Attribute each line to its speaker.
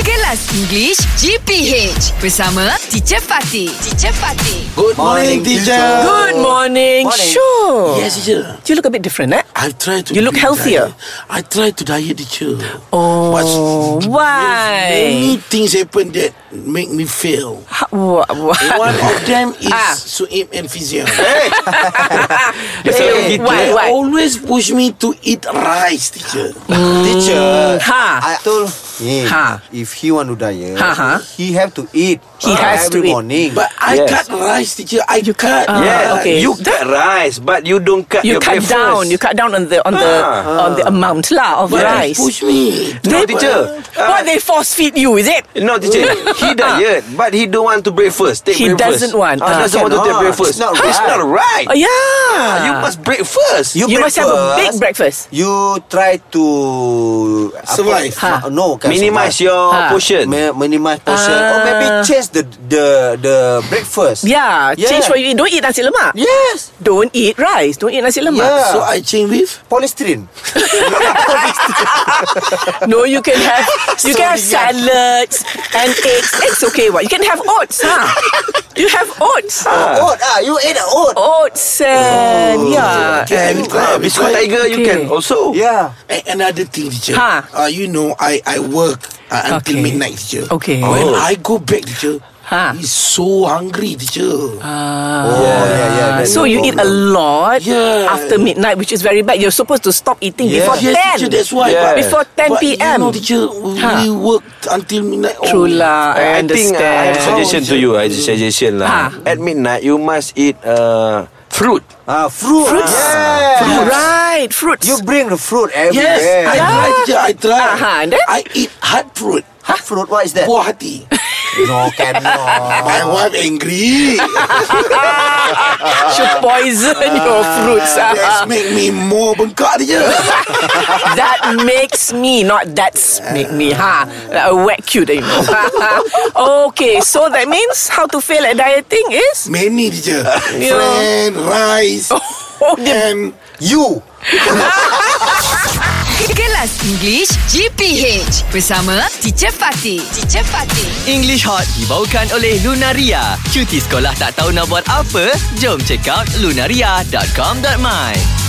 Speaker 1: Kelas English GPH bersama Teacher Fatih. Teacher Fatih.
Speaker 2: Good morning, teacher.
Speaker 3: Good morning.
Speaker 2: Morning.
Speaker 3: Sure.
Speaker 2: Yes, teacher.
Speaker 3: You look a bit different, eh?
Speaker 2: I try to.
Speaker 3: You look
Speaker 2: be
Speaker 3: healthier.
Speaker 2: diet. I try to diet, teacher.
Speaker 3: Oh,
Speaker 2: But
Speaker 3: why?
Speaker 2: many things happen that make me fail.
Speaker 3: Ha- wha- wha-
Speaker 2: One of them is
Speaker 3: Ah.
Speaker 2: Suib and Fizion.
Speaker 3: Hey,
Speaker 2: They
Speaker 3: why, why? Mm.
Speaker 2: always push me to eat rice, teacher.
Speaker 4: Teacher
Speaker 3: Ha.
Speaker 4: I told him
Speaker 3: Ha.
Speaker 4: If he want to diet
Speaker 3: Ha, ha.
Speaker 4: He have to eat
Speaker 3: He has to
Speaker 4: every
Speaker 3: eat.
Speaker 4: morning
Speaker 2: But I cut rice, teacher. I cut.
Speaker 3: Ah,
Speaker 5: Yes,
Speaker 3: okay.
Speaker 5: you cut rice, but you don't cut
Speaker 3: You
Speaker 5: your
Speaker 3: cut
Speaker 5: breakfast.
Speaker 3: down. You cut down on the on the on the amount lah of
Speaker 2: But they
Speaker 3: rice.
Speaker 2: push me.
Speaker 5: No, teacher.
Speaker 3: what they force feed you is it?
Speaker 5: No, teacher. he diet, but he don't want to breakfast.
Speaker 3: Ah.
Speaker 5: Take
Speaker 3: He
Speaker 5: breakfast.
Speaker 3: doesn't want.
Speaker 5: Ah,
Speaker 3: Ah.
Speaker 5: doesn't want to take
Speaker 4: Cannot.
Speaker 5: breakfast.
Speaker 4: It's not
Speaker 5: It's
Speaker 4: right.
Speaker 5: not right.
Speaker 3: Oh yeah.
Speaker 5: You must break first.
Speaker 3: You must have a big breakfast.
Speaker 4: You try to apa-
Speaker 2: Survive.
Speaker 4: Ma-
Speaker 3: Ha.
Speaker 4: No bukan
Speaker 5: minimize
Speaker 4: survive.
Speaker 5: your
Speaker 3: Ah.
Speaker 5: portion.
Speaker 4: Ma- Minimize portion Or
Speaker 3: Ah.
Speaker 4: maybe change the the the breakfast
Speaker 3: Yeah,
Speaker 4: Yeah.
Speaker 3: change what you eat. Don't eat nasi lemak.
Speaker 4: Yes
Speaker 3: Don't eat rice. Don't eat nasi lemak.
Speaker 4: Yeah. uh,
Speaker 2: So I change with.
Speaker 4: Polystyrene
Speaker 3: No, you can have you can have
Speaker 4: Sorry,
Speaker 3: salads and eggs. It's okay. What you can have oats, huh? You have oats,
Speaker 4: Oat ah, You ate a oat
Speaker 3: oats and yeah.
Speaker 2: And
Speaker 5: Ah, Biscuit tiger, you
Speaker 3: Okay.
Speaker 5: can also.
Speaker 4: Yeah
Speaker 2: A- Another thing, teacher.
Speaker 3: Ha.
Speaker 2: Uh, you know, I I work uh, until
Speaker 3: Okay.
Speaker 2: midnight, teacher.
Speaker 3: Okay.
Speaker 2: When
Speaker 5: Oh.
Speaker 2: I go back, teacher,
Speaker 3: Ha. Ah.
Speaker 2: he's so hungry, teacher.
Speaker 4: Oh yeah yeah
Speaker 3: Uh,
Speaker 4: that's
Speaker 3: so
Speaker 4: the
Speaker 3: you eat a
Speaker 4: problem.
Speaker 3: lot
Speaker 2: Yeah.
Speaker 3: after midnight, which is very bad. You're supposed to stop eating
Speaker 4: Yeah.
Speaker 3: before
Speaker 2: yes,
Speaker 3: ten.
Speaker 2: teacher. That's why.
Speaker 5: Yeah.
Speaker 2: But,
Speaker 3: Before ten
Speaker 2: but
Speaker 3: p.m.
Speaker 2: You know, teacher, we
Speaker 3: Ha.
Speaker 2: work until midnight. Oh,
Speaker 3: True lah, I,
Speaker 5: I, I think
Speaker 3: understand.
Speaker 5: uh, I have a suggestion to you. I have a
Speaker 4: Mm.
Speaker 5: suggestion lah.
Speaker 3: Ah.
Speaker 5: At midnight, you must eat uh, fruit.
Speaker 4: Ah, Fruit
Speaker 3: Fruits.
Speaker 4: Yeah.
Speaker 3: Right, fruits.
Speaker 4: You bring the fruit everywhere
Speaker 2: Yes, I try, teacher. I try.
Speaker 3: Aha, and then?
Speaker 2: I eat hard fruit.
Speaker 4: Hot fruit what is that
Speaker 2: Buah hati.
Speaker 4: No cannot
Speaker 2: My wife angry.
Speaker 3: should poison your fruits. ah.
Speaker 2: That's make me more bengkak, teacher.
Speaker 3: that makes me, not that's make me, ha. Like a wet cute, you know. okay, so that means how to fail at dieting is
Speaker 2: Many, teacher.
Speaker 3: Yeah.
Speaker 2: Friend, rice,
Speaker 3: oh, the
Speaker 2: and
Speaker 4: You
Speaker 1: Kelas English GPH bersama Teacher Fatih. Teacher Fatih.
Speaker 6: English Hot dibawakan oleh Lunaria. Cuti sekolah tak tahu nak buat apa? Jom check out lunaria.com.my.